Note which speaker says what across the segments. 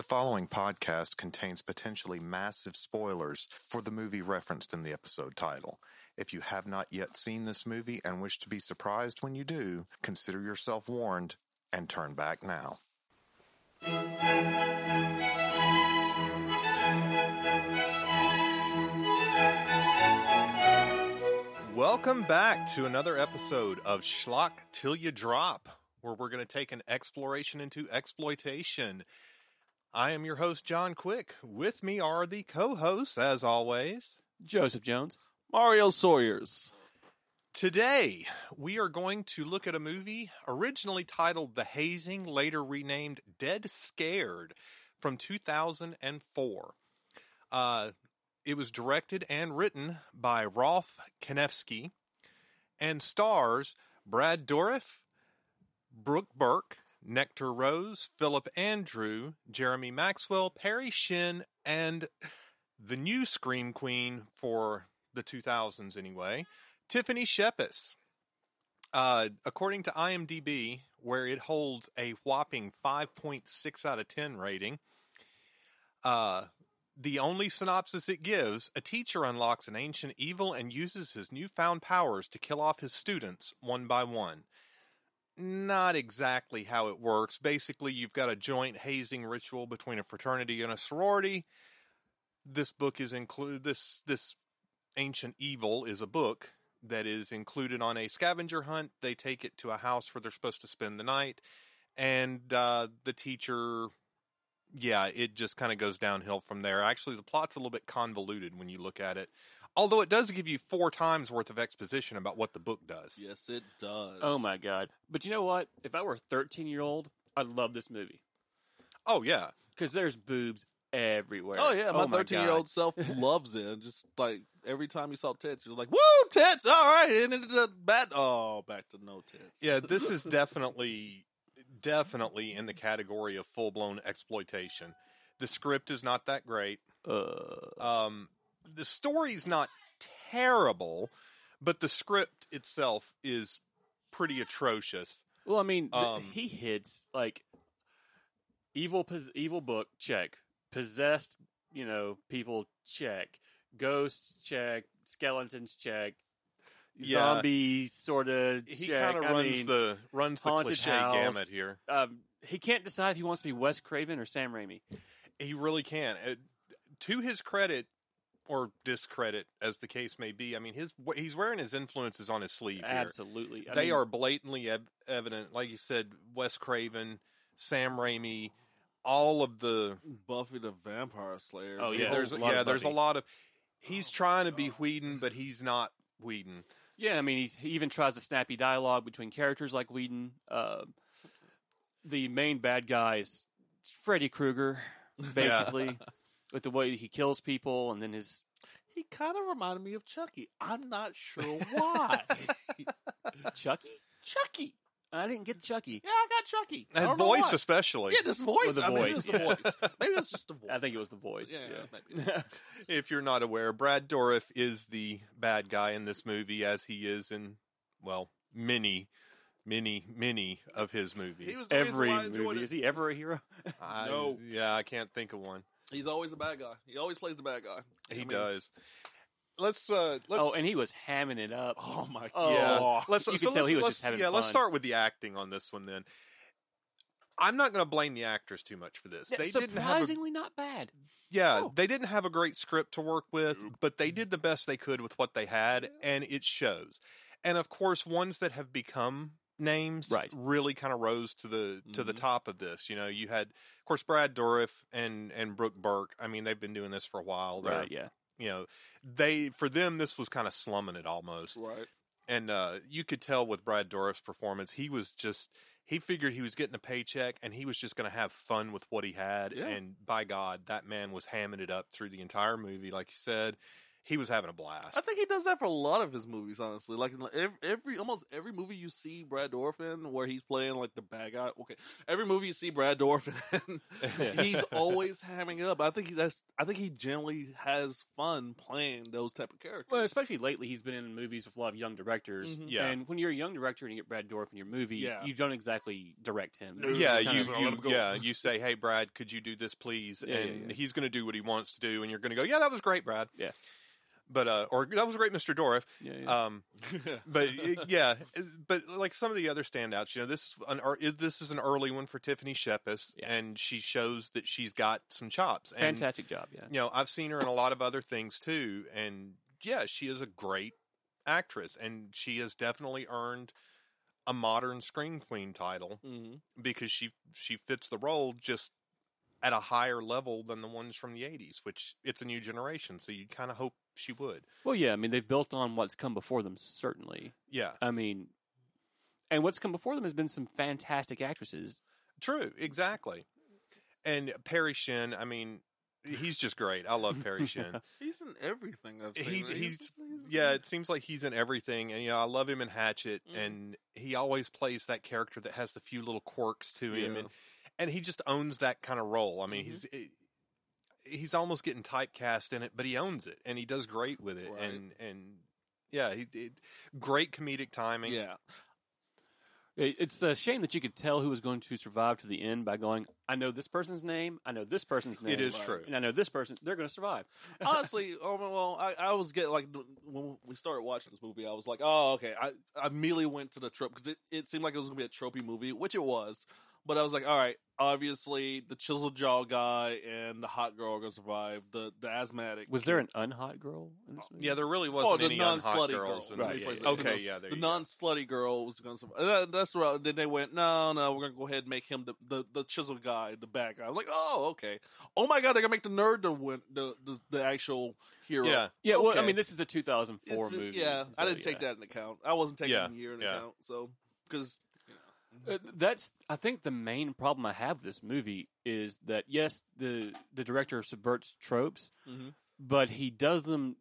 Speaker 1: following podcast contains potentially massive spoilers for the movie referenced in the episode title. If you have not yet seen this movie and wish to be surprised when you do, consider yourself warned and turn back now.
Speaker 2: Welcome back to another episode of Schlock Till You Drop, where we're going to take an exploration into exploitation. I am your host, John Quick. With me are the co hosts, as always.
Speaker 3: Joseph Jones.
Speaker 4: Mario Sawyer's.
Speaker 2: Today, we are going to look at a movie originally titled The Hazing, later renamed Dead Scared, from 2004. Uh, it was directed and written by Rolf Konevsky and stars Brad Dourif, Brooke Burke, Nectar Rose, Philip Andrew, Jeremy Maxwell, Perry Shin, and the new Scream Queen for the 2000s, anyway, Tiffany Shepis. Uh, according to IMDb, where it holds a whopping 5.6 out of 10 rating, uh, the only synopsis it gives a teacher unlocks an ancient evil and uses his newfound powers to kill off his students one by one. Not exactly how it works. Basically, you've got a joint hazing ritual between a fraternity and a sorority. This book is included, this, this ancient evil is a book that is included on a scavenger hunt. They take it to a house where they're supposed to spend the night, and uh, the teacher yeah, it just kind of goes downhill from there. Actually, the plot's a little bit convoluted when you look at it, although it does give you four times worth of exposition about what the book does.
Speaker 4: Yes, it does.
Speaker 3: Oh my god! But you know what? If I were a 13 year old, I'd love this movie
Speaker 2: Oh, yeah.
Speaker 3: because there's boobs everywhere.
Speaker 4: Oh yeah, my
Speaker 3: God.
Speaker 4: thirteen year old self loves it. Just like every time he saw tits, he was like, "Woo, tits! All right!" And it just back, oh, back to no tits.
Speaker 2: Yeah, this is definitely, definitely in the category of full blown exploitation. The script is not that great.
Speaker 3: Uh,
Speaker 2: Um, the story's not terrible, but the script itself is pretty atrocious.
Speaker 3: well, I mean, th-
Speaker 2: Um,
Speaker 3: he hits like evil, pos- evil book check, possessed, you know, people check, ghosts check, skeletons check,
Speaker 2: Yeah.
Speaker 3: zombie sort of.
Speaker 2: He
Speaker 3: check.
Speaker 2: kind of
Speaker 3: I
Speaker 2: runs
Speaker 3: mean,
Speaker 2: the runs the
Speaker 3: haunted
Speaker 2: cliche
Speaker 3: house.
Speaker 2: gamut here.
Speaker 3: Um, he can't decide if he wants to be Wes Craven or Sam Raimi.
Speaker 2: He really can. Uh, to his credit or discredit, as the case may be, I mean, his he's wearing his influences on his sleeve. Here.
Speaker 3: Absolutely, I
Speaker 2: They
Speaker 3: mean,
Speaker 2: are blatantly ev- evident. Like you said, Wes Craven, Sam Raimi, all of the
Speaker 4: Buffy the Vampire Slayer.
Speaker 3: Oh,
Speaker 2: yeah,
Speaker 3: yeah.
Speaker 2: there's
Speaker 3: A lot
Speaker 2: yeah,
Speaker 3: of
Speaker 2: there's a
Speaker 3: Buffy.
Speaker 2: lot of. He's
Speaker 4: Oh,
Speaker 2: trying to be
Speaker 4: God.
Speaker 2: Whedon, but he's not Whedon.
Speaker 3: Yeah, I mean, he's, he even tries a snappy dialogue between characters like Whedon. Um the main bad guy is Freddy Krueger, basically, with the way he kills people, and then his
Speaker 4: he kind of reminded me of Chucky. I'm not sure why.
Speaker 3: Chucky.
Speaker 4: Chucky.
Speaker 3: I didn't get Chucky.
Speaker 4: Yeah, I got Chucky. I
Speaker 2: And
Speaker 4: don't know
Speaker 2: voice,
Speaker 4: why.
Speaker 2: especially.
Speaker 4: Yeah, this voice.
Speaker 3: With the
Speaker 4: I mean,
Speaker 3: voice,
Speaker 4: it's the
Speaker 3: yeah.
Speaker 4: voice. Maybe that's just the voice.
Speaker 3: I think it was the voice.
Speaker 4: Yeah,
Speaker 3: yeah.
Speaker 4: maybe.
Speaker 2: if you're not aware, Brad Dourif is the bad guy in this movie, as he is in well many, many, many of his movies.
Speaker 4: He was the reason
Speaker 3: Every
Speaker 4: why I enjoyed
Speaker 3: movie
Speaker 4: it.
Speaker 3: is he ever a hero?
Speaker 2: I,
Speaker 4: No.
Speaker 2: yeah, I can't think of one.
Speaker 4: He's always the bad guy. He always plays the bad guy.
Speaker 2: He
Speaker 4: I mean,
Speaker 2: does. Let's uh, let's
Speaker 3: oh, and he was hamming it up.
Speaker 4: Oh my
Speaker 3: Oh,
Speaker 2: yeah. Let's
Speaker 3: you
Speaker 2: so
Speaker 3: could tell
Speaker 2: let's-
Speaker 3: he was
Speaker 2: let's-
Speaker 3: just having
Speaker 2: yeah. Let's
Speaker 3: fun.
Speaker 2: start with the acting on this one then. I'm not going to blame the actors too much for this.
Speaker 3: Yeah,
Speaker 2: they didn't have a,
Speaker 3: surprisingly not bad.
Speaker 2: yeah,
Speaker 3: Oh.
Speaker 2: they didn't have a great script to work with,
Speaker 4: Nope.
Speaker 2: but they did the best they could with what they had, and it shows. And of course, ones that have become names
Speaker 3: Right. Mm-hmm.
Speaker 2: really kind of rose to the to the
Speaker 4: Mhm.
Speaker 2: top of this. You know, you had of course Brad Dourif and and Brooke Burke. I mean, they've been doing this for a while. They're-
Speaker 3: Right? Yeah.
Speaker 2: you know they for them this was kind of slumming it almost
Speaker 4: Right.
Speaker 2: and uh you could tell with brad dorff's performance he was just he figured he was getting a paycheck and he was just going to have fun with what he had
Speaker 4: Yeah.
Speaker 2: and by god that man was hamming it up through the entire movie like you said He was having a blast.
Speaker 4: I think he does that for a lot of his movies, honestly. Like in ev- every almost every movie you see Brad Dorf in, where he's playing like the bad guy. Okay, every movie you see Brad Dorf in, he's always hamming it up. I think he, that's. I think he generally has fun playing those type of characters.
Speaker 3: Well, especially lately, he's been in movies with a lot of young directors.
Speaker 4: Mhm.
Speaker 2: Yeah.
Speaker 3: And when you're a young director and you get Brad Dorf in your movie,
Speaker 4: Yeah.
Speaker 3: you don't exactly direct him.
Speaker 4: No.
Speaker 3: just
Speaker 2: yeah,
Speaker 3: kind
Speaker 2: you,
Speaker 3: of-
Speaker 4: gonna let
Speaker 2: you-
Speaker 4: him go.
Speaker 2: yeah, you say, "Hey, Brad, could you do this, please?"
Speaker 3: Yeah, yeah,
Speaker 2: and
Speaker 3: yeah.
Speaker 2: he's going to do what he wants to do, and you're going to go, "Yeah, that was great, Brad."
Speaker 3: Yeah.
Speaker 2: but uh, or that was great, Mister Dorif.
Speaker 3: yeah,
Speaker 4: uh,
Speaker 3: yeah.
Speaker 2: Um, but uh, yeah, but like some of the other standouts, you know, this is an ear- this is an early one for Tiffany Shepis,
Speaker 3: Yeah.
Speaker 2: and she shows that she's got some chops. And,
Speaker 3: Fantastic job. Yeah.
Speaker 2: You know, I've seen her in a lot of other things too, and yeah, she is a great actress, and she has definitely earned a modern screen queen title
Speaker 4: hmm
Speaker 2: because she she fits the role just at a higher level than the ones from the 80s which it's a new generation so you kind of hope she would
Speaker 3: Well, yeah. I mean, they've built on what's come before them, certainly.
Speaker 2: yeah
Speaker 3: I mean, and what's come before them has been some fantastic actresses.
Speaker 2: true exactly and perry shin i mean he's just great i love perry shin
Speaker 4: He's in everything. I've seen.
Speaker 2: he's he's yeah it seems like he's in everything and you know i love him in hatchet
Speaker 4: Mhm.
Speaker 2: and he always plays that character that has the few little quirks to him
Speaker 4: Yeah.
Speaker 2: and and he just owns that kind of role i mean
Speaker 4: Mhm.
Speaker 2: he's eh, he's almost getting typecast in it but he owns it and he does great with it
Speaker 4: Right.
Speaker 2: and and yeah he did great comedic timing
Speaker 4: yeah.
Speaker 3: It- It's a shame that you could tell who was going to survive to the end by going, I know this person's name, I know this person's name,
Speaker 2: it is
Speaker 4: Right.
Speaker 2: true
Speaker 3: and I know this person, they're going to survive.
Speaker 4: Honestly, oh well, I, I was getting like when we started watching this movie, I was like, oh okay. I, I immediately went to the trope because it, it seemed like it was gonna be a tropey movie, which it was. But I was like, all right, obviously the chisel jaw guy and the hot girl are gonna survive. The the asthmatic
Speaker 3: Was there an unhot girl in this movie?
Speaker 2: yeah there really wasn't
Speaker 4: oh the
Speaker 2: any
Speaker 4: non
Speaker 2: non-hot
Speaker 4: slutty
Speaker 2: girls
Speaker 4: girl?
Speaker 2: in
Speaker 3: Right,
Speaker 2: this.
Speaker 3: yeah, yeah,
Speaker 2: okay
Speaker 4: The-
Speaker 2: yeah there
Speaker 4: the
Speaker 2: you go.
Speaker 4: non slutty girl was gonna survive. And that- that's where I- then they went. No, no, we're gonna go ahead and make him the, the, the chisel guy, the bad guy. I'm like, oh okay. Oh my god, they're gonna make the nerd the win the the, the actual hero.
Speaker 2: yeah
Speaker 3: Yeah, well, I
Speaker 4: Okay.
Speaker 3: mean, this is a 2004
Speaker 4: It's-
Speaker 3: movie.
Speaker 4: Yeah, I
Speaker 3: so,
Speaker 4: didn't
Speaker 3: yeah.
Speaker 4: take that into account. I wasn't taking
Speaker 2: Yeah,
Speaker 4: the year into
Speaker 2: yeah.
Speaker 4: account. So because
Speaker 3: Uh, that's I think the main problem I have with this movie is that yes, the the director subverts tropes,
Speaker 4: Mhm.
Speaker 3: but he does them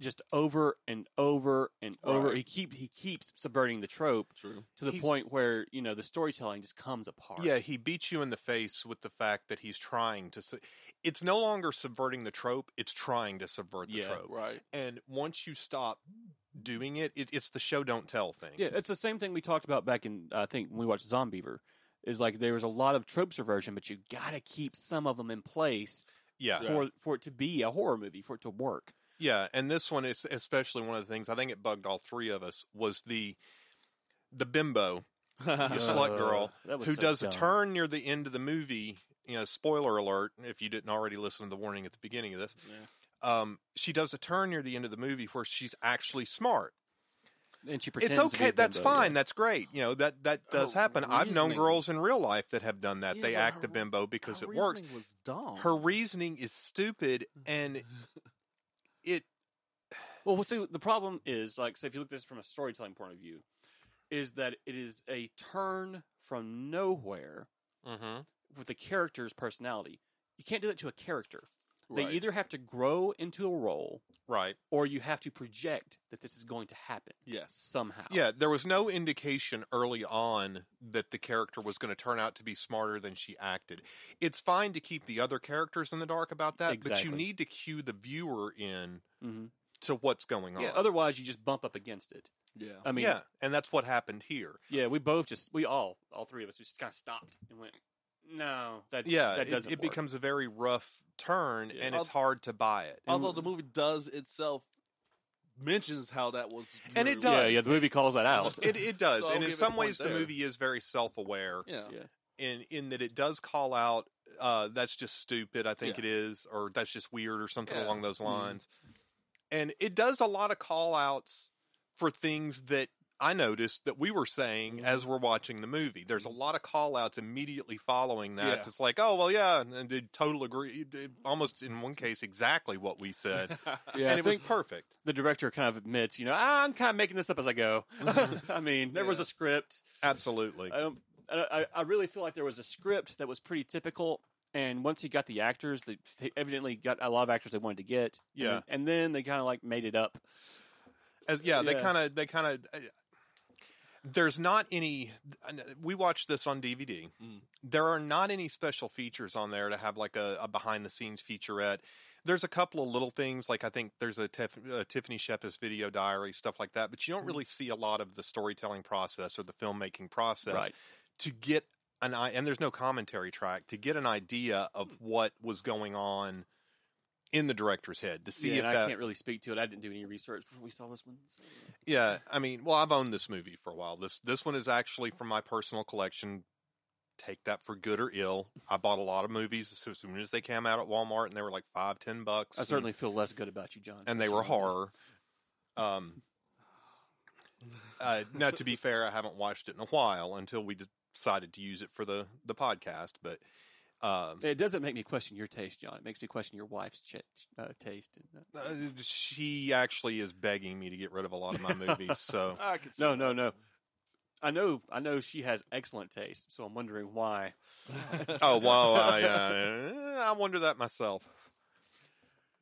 Speaker 3: just over and over and over.
Speaker 4: Right.
Speaker 3: He keep he keeps subverting the trope
Speaker 4: true.
Speaker 3: to the
Speaker 2: He's-
Speaker 3: point where you know the storytelling just comes apart.
Speaker 2: Yeah, he beats you in the face with the fact that he's trying to. Su- it's no longer subverting the trope; it's trying to subvert the
Speaker 3: Yeah.
Speaker 2: trope.
Speaker 4: Right.
Speaker 2: And once you stop doing it, it it's the show don't tell thing.
Speaker 3: yeah, it's the same thing we talked about back in I think when we watched Zombiever. Is like there was a lot of trope subversion, but you got to keep some of them in place
Speaker 2: yeah,
Speaker 4: Yeah.
Speaker 3: for for it to be a horror movie, for it to work.
Speaker 2: yeah. And this one is especially one of the things I think it bugged all three of us was the the bimbo The slut girl
Speaker 3: Uh, that was
Speaker 2: who
Speaker 3: so
Speaker 2: does a
Speaker 3: dumb.
Speaker 2: turn near the end of the movie. You know, spoiler alert! If you didn't already listen to the warning at the beginning of this, um, she does a turn near the end of the movie where she's actually smart.
Speaker 3: and she pretends.
Speaker 2: it's
Speaker 3: to be
Speaker 2: okay
Speaker 3: a
Speaker 2: that's
Speaker 3: bimbo, yeah.
Speaker 2: fine that's great you know that that does
Speaker 4: Her
Speaker 2: happen i've known
Speaker 4: reasoning
Speaker 2: girls
Speaker 4: was-
Speaker 2: in real life that have done that
Speaker 4: Yeah,
Speaker 2: they
Speaker 4: but
Speaker 2: act
Speaker 4: her
Speaker 2: the
Speaker 4: re-
Speaker 2: bimbo because
Speaker 4: Her
Speaker 2: it works
Speaker 4: reasoning Mm-hmm. Was dumb.
Speaker 2: her reasoning is stupid and it
Speaker 3: Well, see, the problem is like, so if you look at this from a storytelling point of view, is that it is a turn from nowhere Mm-hmm. with the character's personality. You can't do that to a character.
Speaker 4: right.
Speaker 3: They either have to grow into a role,
Speaker 2: right
Speaker 3: or you have to project that this is going to happen
Speaker 4: yes.
Speaker 3: somehow.
Speaker 2: yeah there was no indication early on that the character was going to turn out to be smarter than she acted it's fine to keep the other characters in the dark about that but you
Speaker 3: Exactly.
Speaker 2: need to cue the viewer in
Speaker 3: hmm
Speaker 2: to what's going on
Speaker 3: yeah. Otherwise, you just bump up against it.
Speaker 4: Yeah.
Speaker 3: I mean, yeah.
Speaker 2: yeah and that's what happened here
Speaker 3: we both just we all all three of us just kind of stopped and went, no, that
Speaker 2: yeah
Speaker 3: that
Speaker 2: it-
Speaker 3: doesn't
Speaker 2: it,
Speaker 3: work."
Speaker 2: becomes a very rough turn
Speaker 3: Yeah.
Speaker 2: and it's hard to buy it
Speaker 4: Although the movie does itself mentions how that was,
Speaker 2: And
Speaker 4: your-
Speaker 2: it
Speaker 3: yeah,
Speaker 2: does.
Speaker 3: yeah. The movie calls that out.
Speaker 2: it, it does
Speaker 4: So I'll
Speaker 2: and in
Speaker 4: give it a
Speaker 2: some
Speaker 4: point
Speaker 2: ways the
Speaker 4: there.
Speaker 2: movie is very self-aware
Speaker 4: Yeah.
Speaker 3: Yeah.
Speaker 2: in in that it does call out uh that's just stupid i think
Speaker 4: Yeah.
Speaker 2: it is or that's just weird or something
Speaker 4: Yeah.
Speaker 2: along those
Speaker 4: Mhm.
Speaker 2: lines and it does a lot of call outs for things that i noticed that we were saying as
Speaker 4: Mm-hmm.
Speaker 2: we're watching the movie there's a lot of call outs immediately following that
Speaker 4: Yeah.
Speaker 2: it's like oh well yeah and, and they total agree did almost in one case exactly what we said
Speaker 3: yeah,
Speaker 2: and
Speaker 3: I
Speaker 2: it was
Speaker 3: think-
Speaker 2: perfect
Speaker 3: the director kind of admits, you know, "Ah, I'm kind of making this up as I go.
Speaker 2: Mm-hmm.
Speaker 3: I mean, there was
Speaker 4: Yeah.
Speaker 3: a script.
Speaker 2: absolutely
Speaker 3: I, don't, I, I- I really feel like there was a script that was pretty typical, And once he got the actors, they, they evidently got a lot of actors they wanted to get. and
Speaker 2: Yeah.
Speaker 3: then- and then, they kind of like made it up.
Speaker 2: As yeah, they
Speaker 3: Yeah.
Speaker 2: kind of they kind of. There's not any. uh, We watched this on DVD.
Speaker 4: Mm.
Speaker 2: There are not any special features on there to have like a, a behind the scenes featurette. There's a couple of little things like I think there's a, Tef- a Tiffany Shepis video diary stuff like that, but you don't really see a lot of the storytelling process or the filmmaking process
Speaker 3: Right.
Speaker 2: to get an i and there's no commentary track to get an idea of what was going on in the director's head to see
Speaker 3: yeah,
Speaker 2: if
Speaker 3: and I
Speaker 2: that
Speaker 3: can't really speak to it. I didn't do any research before we saw this one. so-
Speaker 2: yeah, I mean, well, I've owned this movie for a while. This this one is actually from my personal collection. Take that for good or ill. I bought a lot of movies as soon as they came out at Walmart, and they were like five, ten bucks.
Speaker 3: I certainly feel less good about you, John.
Speaker 2: and, and they
Speaker 3: for
Speaker 2: were
Speaker 3: showing this.
Speaker 2: horror. Um, uh, now, to be fair, I haven't watched it in a while until we decided to use it for the the podcast. But um,
Speaker 3: It doesn't make me question your taste, John. It makes me question your wife's ch- uh, taste. And, uh,
Speaker 2: uh, she actually is begging me to get rid of a lot of my movies. So
Speaker 4: I could see
Speaker 3: no, no, no. I know, I know she has excellent taste, so I'm wondering why.
Speaker 4: that.
Speaker 2: Oh wow! I uh, I wonder that myself.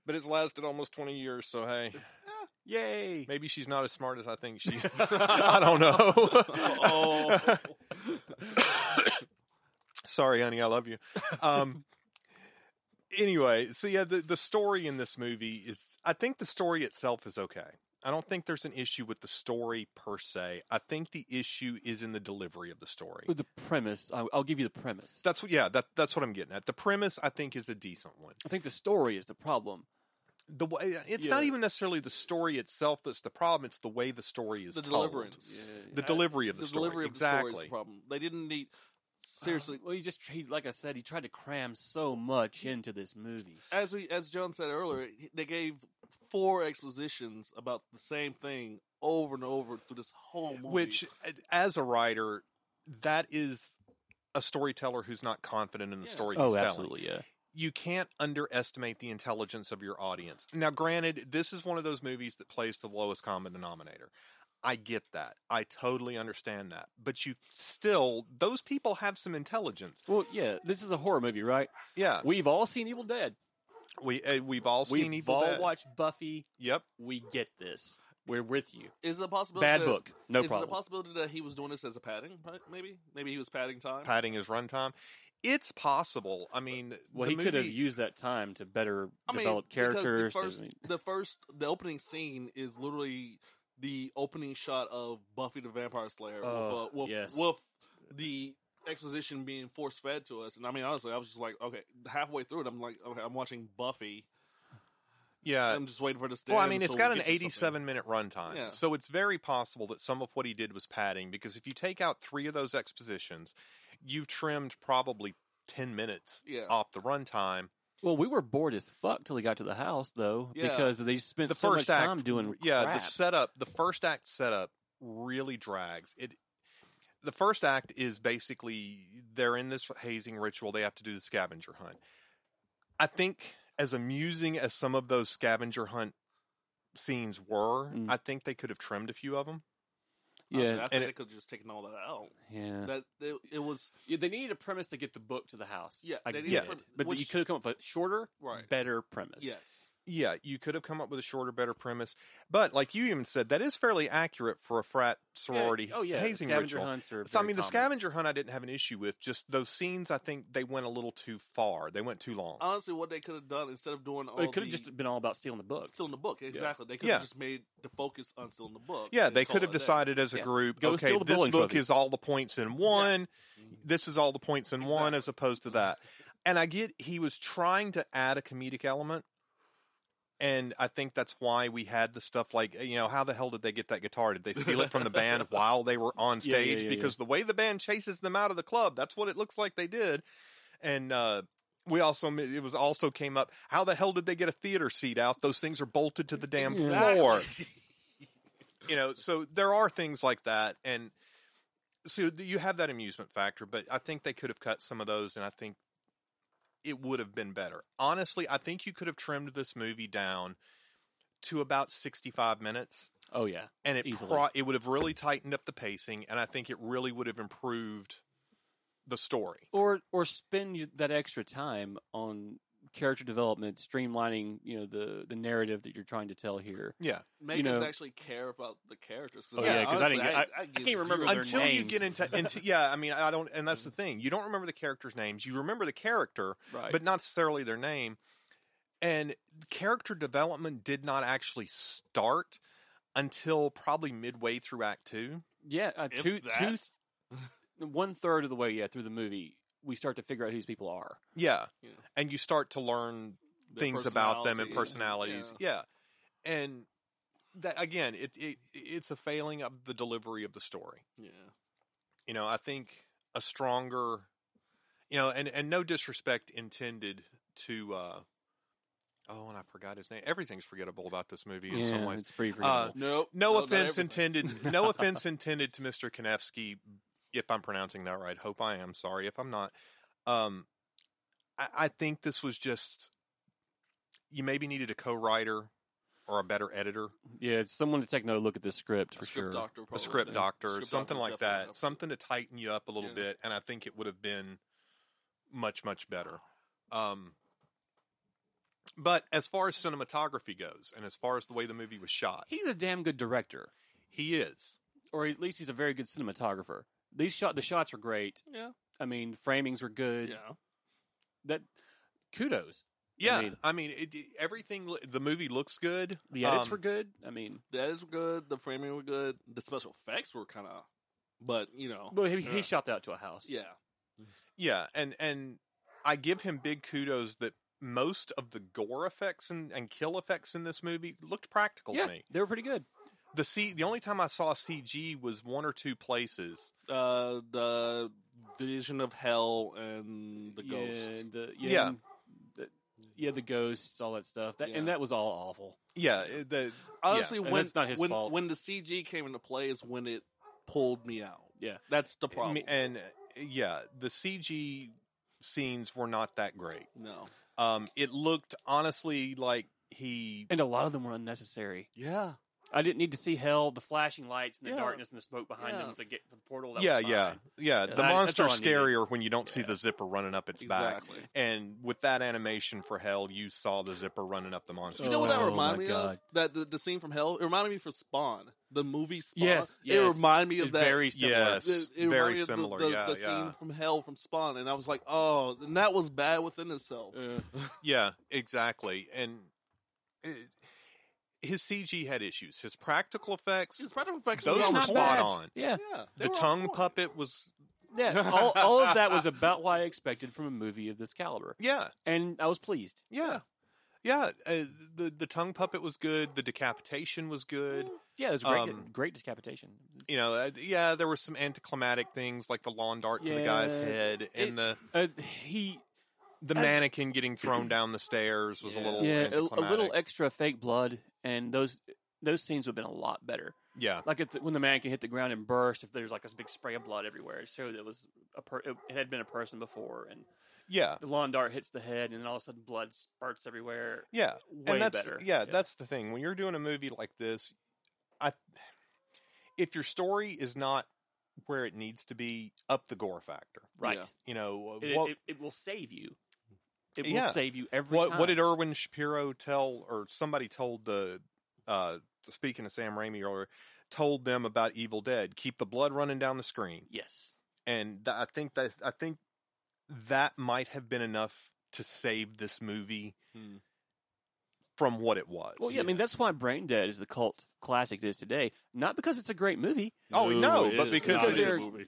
Speaker 2: But it's lasted almost twenty years, so hey,
Speaker 3: Yay!
Speaker 2: maybe she's not as smart as I think she. I don't know.
Speaker 4: oh,
Speaker 2: Sorry, honey, I love you. Um, anyway, so yeah, the the story in this movie is. I think the story itself is okay. I don't think there's an issue with the story per se. I think the issue is in the delivery of the story.
Speaker 3: With the premise, I, I'll give you the premise.
Speaker 2: That's what, yeah, that that's what I'm getting at. The premise, I think, is a decent one.
Speaker 3: I think the story is the problem.
Speaker 2: the way it's not
Speaker 3: Yeah.
Speaker 2: even necessarily the story itself that's the problem it's the way the story is
Speaker 4: the
Speaker 2: told.
Speaker 4: deliverance.
Speaker 2: the
Speaker 4: Uh,
Speaker 2: delivery of the,
Speaker 4: the
Speaker 2: story
Speaker 4: delivery of
Speaker 2: exactly
Speaker 4: the story is the problem. They didn't need seriously.
Speaker 3: Well, he just he, like I said, he tried to cram so much into this movie.
Speaker 4: As we as John said earlier, they gave four expositions about the same thing over and over through this whole movie.
Speaker 2: which eh, as a writer that is a storyteller who's not confident in the
Speaker 4: Yeah.
Speaker 2: story
Speaker 3: Oh,
Speaker 2: he's telling.
Speaker 3: yeah.
Speaker 2: you can't underestimate the intelligence of your audience. Now, granted, this is one of those movies that plays to the lowest common denominator. I get that. I totally understand that. But you still, those people have some intelligence.
Speaker 3: Well, yeah, this is a horror movie, right?
Speaker 2: Yeah,
Speaker 3: We've all seen Evil Dead.
Speaker 2: we uh, we've all seen
Speaker 3: We've
Speaker 2: Evil
Speaker 3: all
Speaker 2: Dead.
Speaker 3: watched Buffy.
Speaker 2: Yep.
Speaker 3: We get this. We're with you.
Speaker 4: is it a possibility?
Speaker 3: Bad
Speaker 4: that,
Speaker 3: book, no
Speaker 4: is
Speaker 3: problem.
Speaker 4: it a possibility that he was doing this as a padding? right? Maybe, maybe he was padding time.
Speaker 2: padding his runtime. It's possible. I mean,
Speaker 3: Well,
Speaker 2: the
Speaker 3: he could have
Speaker 2: movie-
Speaker 3: used that time to better
Speaker 4: I mean,
Speaker 3: develop
Speaker 4: because
Speaker 3: characters.
Speaker 4: The
Speaker 3: to-
Speaker 4: first, the first, the opening scene is literally the opening shot of Buffy the Vampire Slayer
Speaker 3: Oh,
Speaker 4: with, uh, with,
Speaker 3: yes.
Speaker 4: with the exposition being force fed to us. And I mean, honestly, I was just like, okay, halfway through it, I'm like, okay, I'm watching Buffy.
Speaker 2: Yeah.
Speaker 4: I'm just waiting for this.
Speaker 2: Uh, Well, I mean, it's got an 87 minute runtime.
Speaker 4: Yeah.
Speaker 2: So it's very possible that some of what he did was padding because if you take out three of those expositions, you've trimmed probably 10 minutes
Speaker 4: Yeah.
Speaker 2: off the runtime.
Speaker 3: well, we were bored as fuck till he got to the house, though,
Speaker 4: Yeah.
Speaker 3: because they spent
Speaker 2: The
Speaker 3: so
Speaker 2: first
Speaker 3: much
Speaker 2: act.
Speaker 3: time doing
Speaker 2: yeah. The
Speaker 3: crap.
Speaker 2: setup, the first act setup really drags. It. The first act is basically they're in this hazing ritual. They have to do the scavenger hunt. I think as amusing as some of those scavenger hunt scenes were,
Speaker 3: Mm.
Speaker 2: I think they could have trimmed a few of them.
Speaker 4: Yeah, I
Speaker 3: yeah,
Speaker 2: and
Speaker 4: think
Speaker 2: it-
Speaker 4: they could have just taken all that out.
Speaker 3: yeah.
Speaker 4: That it, it was
Speaker 3: Yeah, they needed a premise to get the book to the house.
Speaker 4: Yeah,
Speaker 3: I
Speaker 4: they
Speaker 3: get
Speaker 4: needed a
Speaker 3: it.
Speaker 4: premise,
Speaker 3: But
Speaker 4: which-
Speaker 3: you could have come up with a shorter,
Speaker 4: Right.
Speaker 3: better premise.
Speaker 4: yes.
Speaker 2: Yeah, you could have come up with a shorter, better premise. But like you even said, that is fairly accurate for a frat
Speaker 3: Yeah,
Speaker 2: sorority
Speaker 3: oh yeah,
Speaker 2: hazing
Speaker 3: scavenger
Speaker 2: ritual.
Speaker 3: hunts are.
Speaker 2: So, I
Speaker 3: very
Speaker 2: mean, the
Speaker 3: common.
Speaker 2: scavenger hunt I didn't have an issue with. Just those scenes, I think they went a little too far. They went too long.
Speaker 4: Honestly, what they could have done instead of doing all
Speaker 3: Well, It could have
Speaker 4: the-
Speaker 3: just been all about stealing the book.
Speaker 4: still in the book. Exactly. They could
Speaker 2: Yeah.
Speaker 4: have just made the focus on still in the book.
Speaker 2: yeah,
Speaker 4: and
Speaker 2: they
Speaker 4: call
Speaker 2: could have
Speaker 4: it a day.
Speaker 2: decided as a
Speaker 3: Yeah.
Speaker 2: group,
Speaker 3: Go
Speaker 2: okay,
Speaker 3: steal the
Speaker 2: this
Speaker 3: bowling
Speaker 2: book
Speaker 3: trophy. Mm-hmm.
Speaker 2: is all the points in one. This is all the points in one,
Speaker 4: Exactly.
Speaker 2: as opposed to that. And I get he was trying to add a comedic element. And I think that's why we had the stuff like, eh, you know, how the hell did they get that guitar? Did they steal it from the band while they were on
Speaker 3: Yeah, yeah,
Speaker 2: stage?
Speaker 3: yeah, yeah.
Speaker 2: because the way the band chases them out of the club, that's what it looks like they did. And uh, we also, it was also came up, how the hell did they get a theater seat out? Those things are bolted to the damn
Speaker 4: Exactly.
Speaker 2: floor. you know, so there are things like that. And so th- you have that amusement factor, but I think they could have cut some of those, and I think it would have been better. Honestly, I think you could have trimmed this movie down to about 65 minutes
Speaker 3: Oh yeah,
Speaker 2: and it
Speaker 3: Easily.
Speaker 2: pro- it would have really tightened up the pacing and I think it really would have improved the story.
Speaker 3: or or spend y- that extra time on character development, streamlining you know the the narrative that you're trying to tell here.
Speaker 2: Yeah.
Speaker 4: Make
Speaker 3: You
Speaker 4: us
Speaker 3: know-
Speaker 4: actually care about the characters.
Speaker 3: Oh, yeah, 'cause I
Speaker 4: honestly,
Speaker 3: didn't get-
Speaker 4: I,
Speaker 3: can't remember
Speaker 4: zero-
Speaker 3: their
Speaker 2: Until you
Speaker 3: names.
Speaker 2: get into, into yeah, I mean, I don't, and that's the thing. You don't remember the characters' names. You remember the character,
Speaker 3: Right.
Speaker 2: but not necessarily their name. And character development did not actually start until probably midway through Act Two.
Speaker 3: yeah, uh,
Speaker 4: If
Speaker 3: two two
Speaker 4: that.
Speaker 3: one third of the way yeah through the movie we start to figure out who these people are.
Speaker 2: Yeah,
Speaker 4: Yeah.
Speaker 2: and you start to learn
Speaker 4: their
Speaker 2: things about them and
Speaker 4: personality.
Speaker 2: personalities. Yeah, and that again, it, it it's a failing of the delivery of the story.
Speaker 4: Yeah.
Speaker 2: you know i think a stronger you know and and no disrespect intended to uh oh and i forgot his name everything's forgettable about this movie in some
Speaker 3: Yeah,
Speaker 2: ways
Speaker 3: it's pretty
Speaker 2: Uh,
Speaker 3: forgettable.
Speaker 4: Nope.
Speaker 2: no,
Speaker 4: No, not
Speaker 2: offense
Speaker 4: everything.
Speaker 2: intended no offense intended to mr konevsky if i'm pronouncing that right hope i am sorry if i'm not um i, I think this was just you maybe needed a co-writer or a better editor
Speaker 3: yeah, it's someone to take another look at this script for
Speaker 4: A script
Speaker 3: sure.
Speaker 4: doctor.
Speaker 2: a
Speaker 4: probably.
Speaker 2: script
Speaker 4: Yeah.
Speaker 2: doctor,
Speaker 4: Script
Speaker 2: something
Speaker 4: doctor
Speaker 2: like
Speaker 4: definitely
Speaker 2: that,
Speaker 4: helps.
Speaker 2: something to tighten you up a little
Speaker 4: Yeah.
Speaker 2: bit, and I think it would have been much much better. Um, but as far as cinematography goes, and as far as the way the movie was shot,
Speaker 3: He's a damn good director,
Speaker 2: he is.
Speaker 3: or at least he's a very good cinematographer. These shot the shots were great.
Speaker 4: Yeah.
Speaker 3: I mean, framings were good.
Speaker 4: Yeah.
Speaker 3: That kudos.
Speaker 2: Yeah, I
Speaker 3: I
Speaker 2: mean,
Speaker 3: mean-
Speaker 2: it, it- everything. lo- The movie looks good.
Speaker 3: The edits
Speaker 2: Um,
Speaker 3: were good. I mean,
Speaker 4: The edits were good. The framing were good. The special effects were kind of, but you know,
Speaker 3: well, he,
Speaker 4: yeah.
Speaker 3: he shot that to a house.
Speaker 4: oh, yeah,
Speaker 2: Yeah, and and I give him big kudos that most of the gore effects and, and kill effects in this movie looked practical
Speaker 3: yeah,
Speaker 2: to me.
Speaker 3: they were pretty good.
Speaker 2: The C, the only time I saw CG was one or two places.
Speaker 4: uh, the vision of hell and the ghost.
Speaker 3: Yeah, the, yeah,
Speaker 2: Yeah.
Speaker 3: and The, yeah, the ghosts, all that stuff. That,
Speaker 4: Yeah.
Speaker 3: And that was all awful.
Speaker 2: Yeah, it- the
Speaker 4: Honestly,
Speaker 3: and
Speaker 4: when
Speaker 3: that's not his
Speaker 4: when
Speaker 3: fault.
Speaker 4: when the CG came into play is when it pulled me out.
Speaker 3: Yeah.
Speaker 4: that's the
Speaker 2: Me-
Speaker 4: problem.
Speaker 2: And uh, yeah, the CG scenes were not that great.
Speaker 4: no,
Speaker 2: Um, it looked honestly like he.
Speaker 3: And a lot of them were unnecessary.
Speaker 4: yeah,
Speaker 3: I didn't need to see hell, the flashing lights, and the
Speaker 4: Yeah.
Speaker 3: darkness and the smoke behind
Speaker 4: Yeah.
Speaker 3: them, with the, gate, the portal. That
Speaker 2: Yeah,
Speaker 3: was
Speaker 2: yeah,
Speaker 3: fine.
Speaker 2: yeah.
Speaker 4: Yeah,
Speaker 2: The
Speaker 3: that- that's
Speaker 2: monster's
Speaker 3: all I needed.
Speaker 2: scarier when you don't see the zipper running up its back.
Speaker 4: exactly.
Speaker 2: And with that animation for hell, you saw the zipper running up the monster.
Speaker 4: You know what that
Speaker 3: Oh,
Speaker 4: reminded
Speaker 3: my
Speaker 4: me of?
Speaker 3: God.
Speaker 4: That the, the scene from Hell. It reminded me for Spawn, the movie Spawn.
Speaker 3: Yes,
Speaker 4: it
Speaker 3: yes.
Speaker 4: reminded me of
Speaker 3: It's
Speaker 4: that.
Speaker 3: very similar.
Speaker 2: Yes.
Speaker 4: it,
Speaker 2: very
Speaker 4: it reminded me of
Speaker 2: similar,
Speaker 4: The, the,
Speaker 2: yeah,
Speaker 4: the
Speaker 2: yeah.
Speaker 4: scene from Hell from Spawn, and I was like, oh, and that was bad within itself.
Speaker 3: Uh,
Speaker 2: Yeah, exactly. And it, his CG had issues. His practical effects,
Speaker 4: His practical effects
Speaker 2: Those
Speaker 4: were
Speaker 2: were
Speaker 4: not
Speaker 2: spot
Speaker 4: bad.
Speaker 2: on.
Speaker 3: Yeah,
Speaker 4: Yeah, they
Speaker 2: the
Speaker 4: were on
Speaker 2: tongue
Speaker 4: point.
Speaker 2: puppet was.
Speaker 3: yeah. All, all of that was about what I expected from a movie of this caliber,
Speaker 2: Yeah,
Speaker 3: and I was pleased.
Speaker 2: yeah, yeah. Uh, the the tongue puppet was good. The decapitation was good.
Speaker 4: Mm.
Speaker 3: Yeah, it was a great,
Speaker 2: Um,
Speaker 3: great decapitation.
Speaker 2: you know, uh, yeah, there were some anticlimactic things like the lawn dart to the guy's
Speaker 3: Yeah.
Speaker 2: head and
Speaker 3: It-
Speaker 2: the
Speaker 3: Uh, he,
Speaker 2: the
Speaker 3: I-
Speaker 2: mannequin getting thrown down the stairs was a
Speaker 4: Yeah.
Speaker 2: little
Speaker 3: yeah, a, a
Speaker 2: anticlimactic.
Speaker 3: little extra fake blood, and those those scenes would have been a lot better.
Speaker 2: yeah,
Speaker 3: Like if the, when the man can hit the ground and burst, if there's like this big spray of blood everywhere, it showed it was a per, it had been a person before, and
Speaker 2: yeah,
Speaker 3: the lawn dart hits the head, and then all of a sudden blood spurts everywhere.
Speaker 2: yeah.
Speaker 3: Way
Speaker 2: and that's,
Speaker 3: better.
Speaker 2: Yeah, that's the thing. When you're doing a movie like this, I if your story is not where it needs to be, up the gore factor.
Speaker 3: right.
Speaker 4: Yeah.
Speaker 2: You know uh,
Speaker 3: It,
Speaker 2: what
Speaker 3: it, it will save you. It
Speaker 2: Yeah.
Speaker 3: will save you every
Speaker 2: what
Speaker 3: time.
Speaker 2: what did Irwin Shapiro tell or somebody told the uh speaking of Sam Raimi earlier told them about Evil Dead keep the blood running down the screen
Speaker 3: Yes.
Speaker 2: and th- I think that I think that might have been enough to save this movie
Speaker 4: Hmm.
Speaker 2: from what it was.
Speaker 3: Well, yeah, I mean that's why Brain Dead is the cult classic it is today. Not because it's a great movie.
Speaker 2: Oh, no,
Speaker 4: it
Speaker 2: but
Speaker 4: is
Speaker 2: because
Speaker 4: not
Speaker 3: it
Speaker 4: a good
Speaker 3: is-
Speaker 4: movie.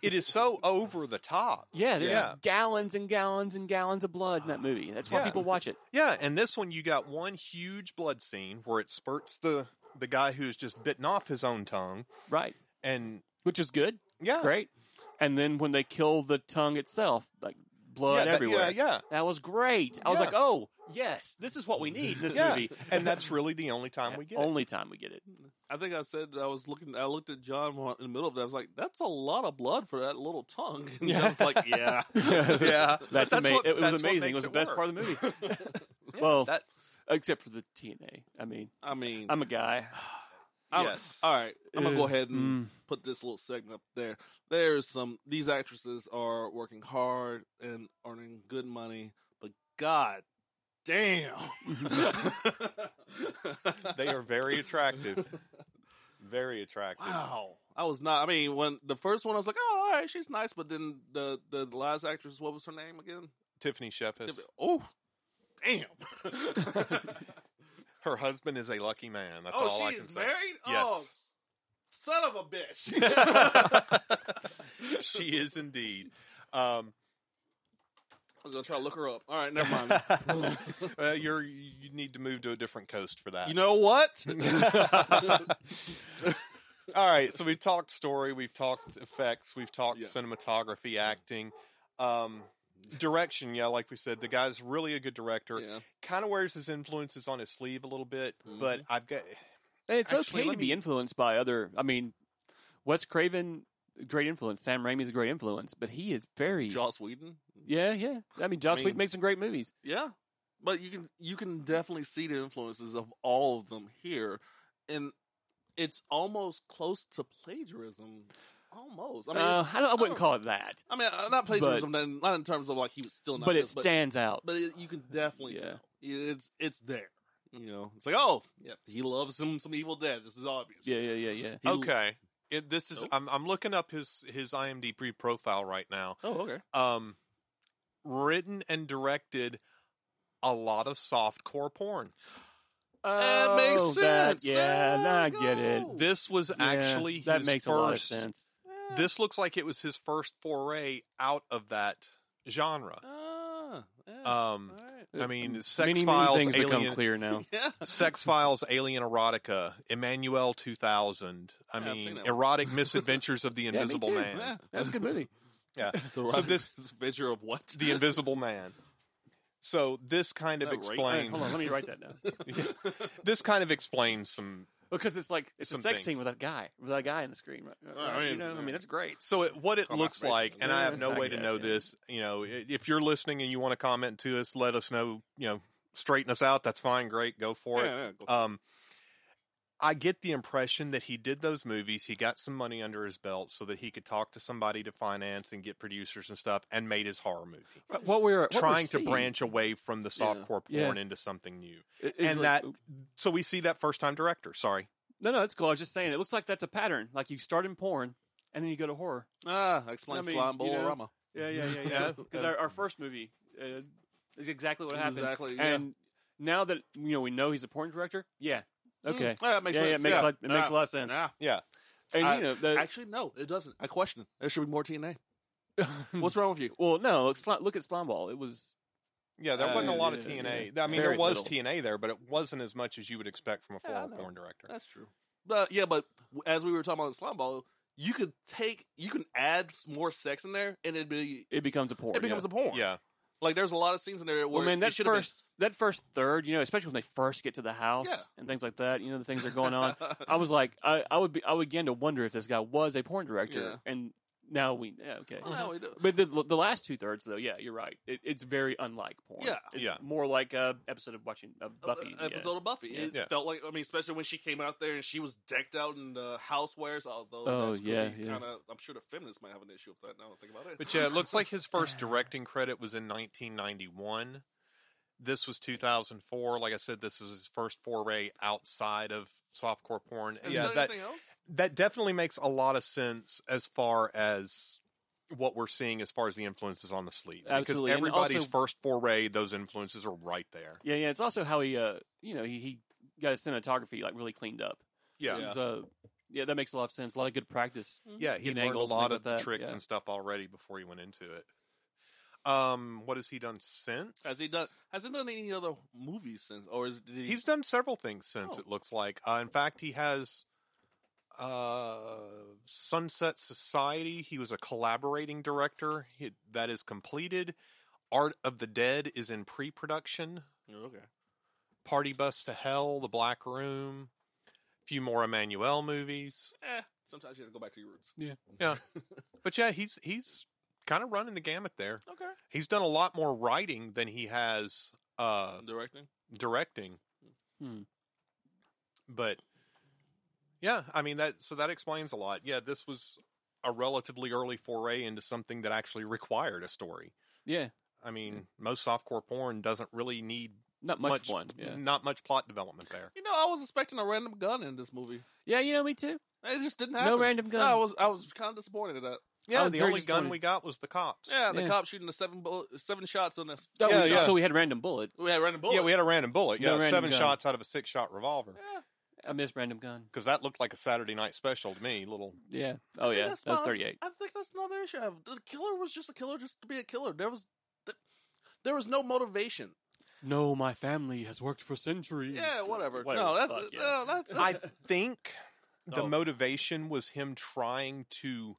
Speaker 2: it is so over the top.
Speaker 3: Yeah, there's
Speaker 2: Yeah.
Speaker 3: gallons and gallons and gallons of blood in that movie. That's why
Speaker 2: Yeah.
Speaker 3: people watch it.
Speaker 2: Yeah, and this one you got one huge blood scene where it spurts the the guy who's just bitten off his own tongue,
Speaker 3: Right.
Speaker 2: and
Speaker 3: Which is good.
Speaker 2: yeah,
Speaker 3: Great. And then when they kill the tongue itself, like
Speaker 2: yeah,
Speaker 3: blood
Speaker 2: that-
Speaker 3: everywhere.
Speaker 2: yeah, yeah.
Speaker 3: That was great. I was
Speaker 2: Yeah.
Speaker 3: like, "Oh, yes, this is what we need in this
Speaker 2: Yeah.
Speaker 3: movie."
Speaker 2: and that's really the only time we get it.
Speaker 3: Only time we get it.
Speaker 4: I think I said I was looking. I looked at John while- in the middle of that. I was like, "That's a lot of blood for that little tongue." And I was like, "Yeah,
Speaker 2: Yeah,
Speaker 3: That's,
Speaker 2: That's
Speaker 3: ama-
Speaker 2: what-
Speaker 3: it was
Speaker 2: that's what
Speaker 3: amazing.
Speaker 2: makes
Speaker 3: It was
Speaker 2: it
Speaker 3: the best
Speaker 2: work.
Speaker 3: part of the movie,
Speaker 2: Yeah,
Speaker 3: Well,
Speaker 2: that-
Speaker 3: except for the TNA. I mean,
Speaker 4: I mean,
Speaker 3: I'm a guy.
Speaker 4: I'm-
Speaker 2: yes.
Speaker 4: All right, I'm gonna go
Speaker 3: Uh,
Speaker 4: ahead and
Speaker 3: mm.
Speaker 4: put this little segment up there. There's some these actresses are working hard and earning good money, but god damn.
Speaker 2: they are very attractive. Very attractive.
Speaker 4: Wow. I was not I mean when the first one I was like, "Oh, all right, she's nice," but then the the last actress, what was her name again?
Speaker 2: Tiffany Shepis.
Speaker 4: Oh. Damn.
Speaker 3: oh.
Speaker 2: Her husband is a lucky man. That's all
Speaker 4: oh,
Speaker 2: I
Speaker 4: she
Speaker 2: can
Speaker 4: is
Speaker 2: say.
Speaker 4: married? Oh.
Speaker 2: Yes.
Speaker 4: Son of a bitch.
Speaker 2: she is indeed. Um,
Speaker 4: I was gonna try to look her up. All right, never mind.
Speaker 2: uh, you're you need to move to a different coast for that.
Speaker 4: you know what?
Speaker 2: All right, so we've talked story, we've talked effects, we've talked
Speaker 4: Yeah.
Speaker 2: cinematography, acting, um, direction. Yeah, like we said, the guy's really a good director.
Speaker 4: yeah.
Speaker 2: Kind of wears his influences on his sleeve a little bit, but
Speaker 4: Mhm.
Speaker 2: I've got
Speaker 3: And it's
Speaker 2: Actually,
Speaker 3: okay
Speaker 2: let
Speaker 3: to be
Speaker 2: me-
Speaker 3: influenced by other. I mean, Wes Craven, great influence. Sam Raimi's a great influence, but he is very.
Speaker 4: Joss Whedon.
Speaker 3: yeah, yeah. I mean, Joss
Speaker 4: mean-
Speaker 3: Whedon makes some great movies.
Speaker 4: Yeah, but you can you can definitely see the influences of all of them here, and it's almost close to plagiarism. Almost. I
Speaker 3: I,
Speaker 4: mean,
Speaker 3: uh,
Speaker 4: it's-
Speaker 3: I, don't, I
Speaker 2: oh.
Speaker 4: don't-
Speaker 3: wouldn't call it that,
Speaker 4: I mean, uh, not plagiarism, then not in terms of like he was still not,
Speaker 3: but it
Speaker 4: this, but
Speaker 3: stands out.
Speaker 4: but it, you can definitely
Speaker 3: Yeah.
Speaker 4: tell it's it's there. You know, it's like oh, yeah, he loves some some Evil Dead. This is obvious.
Speaker 3: Yeah, yeah, yeah, yeah.
Speaker 4: He-
Speaker 2: okay. It, this is
Speaker 4: Nope.
Speaker 2: I'm I'm looking up his his IMDb profile right now.
Speaker 4: Oh, okay.
Speaker 2: Um, written and directed a lot of softcore porn.
Speaker 4: That makes
Speaker 3: Oh, that-
Speaker 4: sense.
Speaker 3: yeah,
Speaker 4: There
Speaker 3: I
Speaker 4: we
Speaker 3: get it.
Speaker 4: go.
Speaker 2: This was
Speaker 3: Yeah,
Speaker 2: actually
Speaker 3: that
Speaker 2: his
Speaker 3: makes
Speaker 2: first,
Speaker 3: a lot of sense.
Speaker 4: Yeah.
Speaker 2: This looks like it was his first foray out of that genre.
Speaker 4: Ah, yeah.
Speaker 2: Um,
Speaker 4: all right.
Speaker 2: I mean,
Speaker 3: Um,
Speaker 2: Sex
Speaker 3: many, many
Speaker 2: Files,
Speaker 3: things
Speaker 2: Alien-
Speaker 3: become clear now.
Speaker 4: yeah.
Speaker 2: Sex Files, Alien Erotica, Emmanuel 2000. I
Speaker 4: Yeah, I've seen
Speaker 2: mean,
Speaker 4: that one.
Speaker 2: Erotic Misadventures of the
Speaker 3: me
Speaker 2: Invisible
Speaker 3: too.
Speaker 2: Man.
Speaker 4: Yeah.
Speaker 3: That's a good movie.
Speaker 4: The
Speaker 2: So
Speaker 4: so
Speaker 2: this-
Speaker 4: this picture of what?
Speaker 2: The Invisible Man. So this kind of
Speaker 4: That right-
Speaker 3: All right,
Speaker 2: explains
Speaker 3: hold on, let me write that down.
Speaker 2: this kind of explains some
Speaker 3: Because it's like it's
Speaker 2: Some
Speaker 3: a sex
Speaker 2: things.
Speaker 3: scene with that guy, with that guy in the screen. Right?
Speaker 4: Well, I
Speaker 3: you
Speaker 4: mean,
Speaker 3: know, I mean,
Speaker 4: yeah.
Speaker 3: that's great.
Speaker 2: So it, what it
Speaker 4: Or
Speaker 2: looks
Speaker 4: masturbation.
Speaker 2: like, and I have
Speaker 3: Yeah,
Speaker 2: no
Speaker 3: I
Speaker 2: way to
Speaker 3: guess,
Speaker 2: know
Speaker 3: yeah.
Speaker 2: this. You know, i- if you're listening and you want to comment to us, let us know. You know, straighten us out. That's fine. Great, go for it.
Speaker 4: yeah, go-
Speaker 2: Um, I get the impression that he did those movies. He got some money under his belt so that he could talk to somebody to finance and get producers and stuff, and made his horror movie,
Speaker 3: What we're what we're
Speaker 2: trying to
Speaker 3: seeing
Speaker 2: branch away from the
Speaker 4: Yeah.
Speaker 2: softcore
Speaker 3: Yeah.
Speaker 2: porn into something new.
Speaker 3: is
Speaker 2: and
Speaker 3: like-
Speaker 2: that- So we see that first time director. Sorry,
Speaker 3: No, no, it's cool. I was just saying, it looks like that's a pattern. Like you start in porn, and then you go to horror.
Speaker 4: ah, explain
Speaker 3: I mean,
Speaker 4: slime
Speaker 3: you know, Hmm.
Speaker 4: ballorama.
Speaker 3: Yeah, yeah, yeah,
Speaker 2: Yeah.
Speaker 3: Because our, our first movie uh, is exactly what happened.
Speaker 4: Exactly. Yeah.
Speaker 3: And now that you know we know he's a porn director, yeah, okay,
Speaker 4: Mm, yeah, it makes
Speaker 3: yeah,
Speaker 4: sense.
Speaker 3: yeah, it makes
Speaker 4: yeah.
Speaker 3: a lot- it makes a
Speaker 4: Yeah.
Speaker 3: lot of sense.
Speaker 4: Yeah.
Speaker 3: And
Speaker 4: I-
Speaker 3: you know, the,
Speaker 4: Actually, no, it doesn't. I question it. There should be more TNA. What's wrong with you?
Speaker 3: well, no, look, Sli- look at Slimeball. It was
Speaker 2: yeah, there
Speaker 4: Uh,
Speaker 2: wasn't a lot of
Speaker 3: yeah, yeah,
Speaker 2: TNA.
Speaker 3: yeah.
Speaker 2: I mean, there
Speaker 3: Very
Speaker 2: was
Speaker 3: little.
Speaker 2: TNA there, but it wasn't as much as you would expect from a
Speaker 4: Yeah, I
Speaker 2: former
Speaker 4: know.
Speaker 2: porn director.
Speaker 4: That's true. But yeah, but w- as we were talking about in slime ball, you could take, you can add s- more sex in there, and it'd be,
Speaker 3: it becomes a porn.
Speaker 4: it becomes a porn.
Speaker 2: Yeah.
Speaker 4: Like there's a lot of scenes in there where
Speaker 3: Well, man,
Speaker 4: it
Speaker 3: that
Speaker 4: should have been-
Speaker 3: first that first third, you know, especially when they first get to the house
Speaker 4: Yeah.
Speaker 3: and things like that, you know, the things that are going on. I was like, I, I would be, I would begin to wonder if this guy was a porn director, and now we, yeah, okay.
Speaker 4: Well, now we do.
Speaker 3: But the the last two thirds, though, yeah, you're right. It, it's very unlike porn.
Speaker 4: Yeah.
Speaker 3: it's
Speaker 2: Yeah.
Speaker 3: more like a episode of watching of Buffy.
Speaker 4: uh, episode of Buffy. It
Speaker 2: Yeah.
Speaker 4: felt like I mean, especially when she came out there and she was decked out in the housewares. Although,
Speaker 3: Oh,
Speaker 4: that's
Speaker 3: yeah,
Speaker 4: gonna be
Speaker 3: yeah.
Speaker 4: Kind of, I'm sure the feminists might have an issue with that. Now I think about it.
Speaker 2: But yeah, it looks like his first directing credit was in 1991. This was 2004. Like I said, this is his first foray outside of softcore porn.
Speaker 4: Is
Speaker 2: yeah,
Speaker 4: there
Speaker 2: that
Speaker 4: anything else?
Speaker 2: that definitely makes a lot of sense as far as what we're seeing as far as the influences on the sleeve.
Speaker 3: Absolutely,
Speaker 2: Because
Speaker 3: and
Speaker 2: everybody's
Speaker 3: also-
Speaker 2: first foray, those influences are right there.
Speaker 3: yeah, yeah. It's also how he, uh, you know, he, he got his cinematography like really cleaned up.
Speaker 2: Yeah.
Speaker 3: It was, uh, yeah, that makes a lot of sense. A lot of good practice.
Speaker 4: Mm-hmm.
Speaker 2: Yeah, he
Speaker 3: Getting
Speaker 2: learned a
Speaker 3: angles and
Speaker 2: lot
Speaker 3: things
Speaker 2: of
Speaker 3: like that,
Speaker 2: tricks
Speaker 3: yeah.
Speaker 2: and stuff already before he went into it. Um, what has he done since?
Speaker 4: Has he done? Has he done any other movies since? Or is did he?
Speaker 2: He's done several things since
Speaker 4: Oh.
Speaker 2: it looks like. Uh, in fact, he has uh, Sunset Society. He was a collaborating director. He, that is completed. Art of the Dead is in pre-production.
Speaker 4: Oh, okay.
Speaker 2: Party Bus to Hell, The Black Room, a few more Emmanuel movies.
Speaker 4: Eh, sometimes you have to go back to your roots.
Speaker 3: Yeah.
Speaker 2: Yeah. But yeah, he's he's kind of running the gamut there.
Speaker 4: okay.
Speaker 2: He's done a lot more writing than he has uh,
Speaker 4: Directing.
Speaker 2: directing.
Speaker 3: Hmm.
Speaker 2: But Yeah, I mean that so that explains a lot. Yeah, this was a relatively early foray into something that actually required a story.
Speaker 3: Yeah,
Speaker 2: I mean, most softcore porn doesn't really need
Speaker 3: not much, one. Yeah,
Speaker 4: Mm-hmm.
Speaker 2: not much plot development there.
Speaker 4: You know, I was expecting a random gun in this movie.
Speaker 3: yeah, you know me too.
Speaker 4: It just didn't
Speaker 3: No
Speaker 4: happen.
Speaker 3: random gun.
Speaker 4: I was I was kind of disappointed at that.
Speaker 2: Yeah,
Speaker 3: was
Speaker 2: the
Speaker 3: very
Speaker 2: only gun
Speaker 3: disappointed.
Speaker 2: we got was the cops.
Speaker 4: Yeah, the
Speaker 3: Yeah.
Speaker 4: cop shooting the seven bullet, seven shots on us.
Speaker 3: Oh,
Speaker 2: Yeah,
Speaker 3: we-
Speaker 2: yeah.
Speaker 3: So we had random bullet.
Speaker 4: We had random bullet.
Speaker 2: Yeah, we had a random bullet. Yeah,
Speaker 3: No random
Speaker 2: seven
Speaker 3: gun.
Speaker 2: shots out of a six-shot revolver
Speaker 3: I missed random gun.
Speaker 2: because that looked like a Saturday night special to me. Little
Speaker 3: Yeah. Oh yeah,
Speaker 4: that's
Speaker 3: that was
Speaker 4: fine.
Speaker 3: thirty eight.
Speaker 4: I think that's another issue. I have. The killer was just a killer, just to be a killer. There was, th- there was no motivation.
Speaker 3: No, my family has worked for centuries.
Speaker 4: Yeah, whatever.
Speaker 3: Whatever
Speaker 4: No,
Speaker 3: the
Speaker 4: that's
Speaker 3: fuck, yeah.
Speaker 4: no, that's.
Speaker 2: I think the
Speaker 4: Oh.
Speaker 2: motivation was him trying to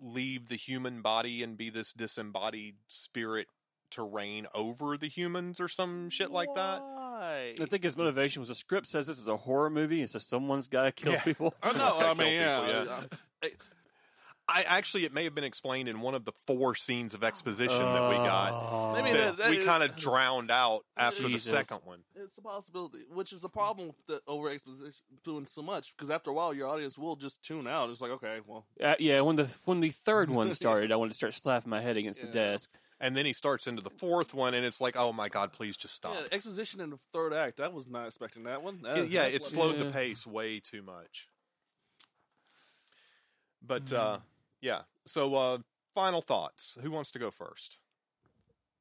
Speaker 2: leave the human body and be this disembodied spirit to reign over the humans or some shit like that.
Speaker 4: Why?
Speaker 3: I think his motivation was the script says this is a horror movie, and so someone's got to kill
Speaker 2: Yeah.
Speaker 3: people.
Speaker 4: Oh, no,
Speaker 2: Gotta
Speaker 4: I
Speaker 2: kill
Speaker 4: mean, yeah,
Speaker 2: people, yeah.
Speaker 4: I-
Speaker 2: I actually, it may have been explained in one of the four scenes of exposition that we got
Speaker 3: Oh.
Speaker 4: Maybe
Speaker 2: that,
Speaker 4: that-
Speaker 2: we
Speaker 4: that-
Speaker 2: kind of drowned out after
Speaker 3: Jesus.
Speaker 2: the second one.
Speaker 4: It's a possibility, which is a problem with the over exposition doing so much because after a while your audience will just tune out. It's like, okay, well,
Speaker 3: Uh, yeah, when the when the third one started, I wanted to start slapping my head against the
Speaker 4: Yeah.
Speaker 3: desk.
Speaker 2: And then he starts into the fourth one, and it's like, oh my god, please just stop.
Speaker 4: yeah, exposition in the third act. I was not expecting that one.
Speaker 2: Yeah,
Speaker 4: That-
Speaker 2: yeah,
Speaker 4: that's
Speaker 2: it
Speaker 4: what-
Speaker 2: slowed the
Speaker 3: Yeah.
Speaker 2: pace way too much. But
Speaker 4: Mm-hmm.
Speaker 3: Mm.
Speaker 2: uh, yeah, so uh, final thoughts. Who wants to go first?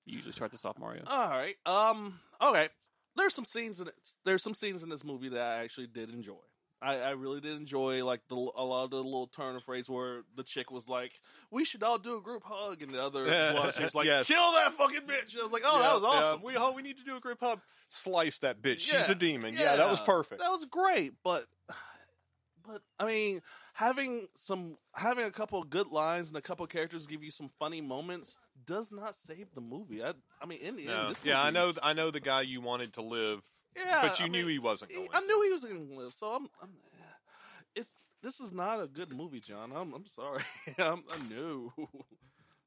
Speaker 3: You usually start this off Mario.
Speaker 4: All right. Um. Okay. There's some scenes in it. There's some scenes in this movie that I actually did enjoy. I, I really did enjoy like the a lot of the little turn of phrase where the chick was like, "We should all do a group hug," and the other one she was like,
Speaker 2: Yes.
Speaker 4: "Kill that fucking bitch." I was like, "Oh,
Speaker 2: Yeah,
Speaker 4: that was
Speaker 2: yeah,
Speaker 4: awesome."
Speaker 2: We oh, we need to do a group hub. Slice that bitch. She's
Speaker 4: Yeah,
Speaker 2: a demon. Yeah, that was
Speaker 4: yeah,
Speaker 2: perfect.
Speaker 4: That was great, but but I mean, having some having a couple of good lines and a couple of characters give you some funny moments does not save the movie. I I mean, in the
Speaker 2: No.
Speaker 4: end, this
Speaker 2: Yeah, I
Speaker 4: movie
Speaker 2: know.
Speaker 4: is-
Speaker 2: I know the guy you wanted to live,
Speaker 4: yeah,
Speaker 2: but you
Speaker 4: I
Speaker 2: knew
Speaker 4: mean,
Speaker 2: he wasn't
Speaker 4: he-
Speaker 2: going.
Speaker 4: I
Speaker 2: to.
Speaker 4: knew he was going to live. So I'm, I'm. It's this is not a good movie, John. I'm I'm sorry. I'm, I knew.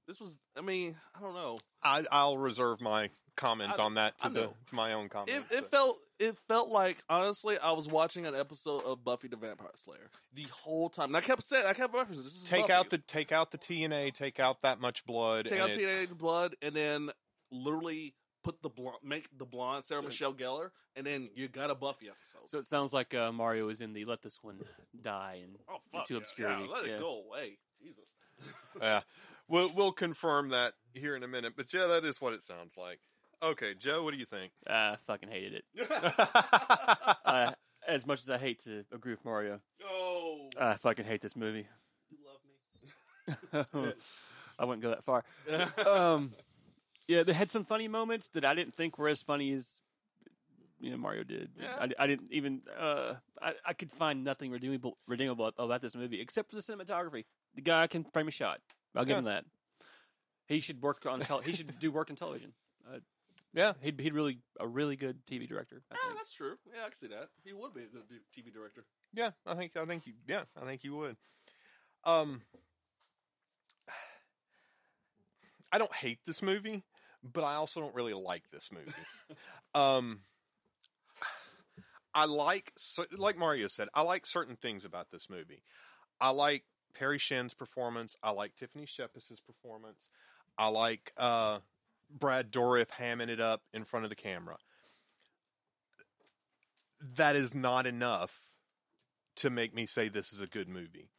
Speaker 4: This was. I mean, I don't know.
Speaker 2: I, I'll reserve my comment
Speaker 4: I-
Speaker 2: on that to
Speaker 4: I
Speaker 2: the
Speaker 4: know.
Speaker 2: to my own comment.
Speaker 4: It, it felt it felt like honestly, I was watching an episode of Buffy the Vampire Slayer the whole time, and I kept saying, I kept referencing, "This is
Speaker 2: take
Speaker 4: Buffy.
Speaker 2: out the take out the TNA, take out that much blood.
Speaker 4: take
Speaker 2: and
Speaker 4: out
Speaker 2: it-
Speaker 4: teenage blood, and then literally put the blonde, make the blonde Sarah
Speaker 3: So-
Speaker 4: Michelle Gellar, and then you got a Buffy episode.
Speaker 3: So it sounds like uh, Mario is in the let this one die and
Speaker 4: oh
Speaker 3: into
Speaker 4: yeah,
Speaker 3: obscurity,
Speaker 4: yeah, let
Speaker 3: yeah.
Speaker 4: it go away, Jesus.
Speaker 2: Yeah. We'll we'll confirm that here in a minute. But yeah, that is what it sounds like. Okay, Joe, what do you think?
Speaker 3: I fucking hated it.
Speaker 2: yeah,
Speaker 3: I, as much as I hate to agree with Mario,
Speaker 4: No,
Speaker 3: I fucking hate this movie.
Speaker 4: you love me.
Speaker 3: I wouldn't go that far. Um, yeah, they had some funny moments that I didn't think were as funny as you know Mario did.
Speaker 4: Yeah.
Speaker 3: I, I didn't even uh, I, I could find nothing redeemable redeemable about this movie except for the cinematography. The guy can frame a shot. I'll give
Speaker 2: Yeah.
Speaker 3: him that. He should work on tele- he should do work in television. Uh,
Speaker 2: Yeah.
Speaker 3: he'd he'd really a really good TV director. I
Speaker 4: Yeah,
Speaker 3: think.
Speaker 4: that's true. Yeah, I can see that. He would be a good d- TV director.
Speaker 2: I think I think you yeah, I think you would. Um I don't hate this movie, but I also don't really like this movie. um I like cer- like Mario said, I like certain things about this movie. I like Perry Shin's performance. I like Tiffany Shepis' performance. I like uh, Brad Dourif hamming it up in front of the camera. That is not enough to make me say this is a good movie.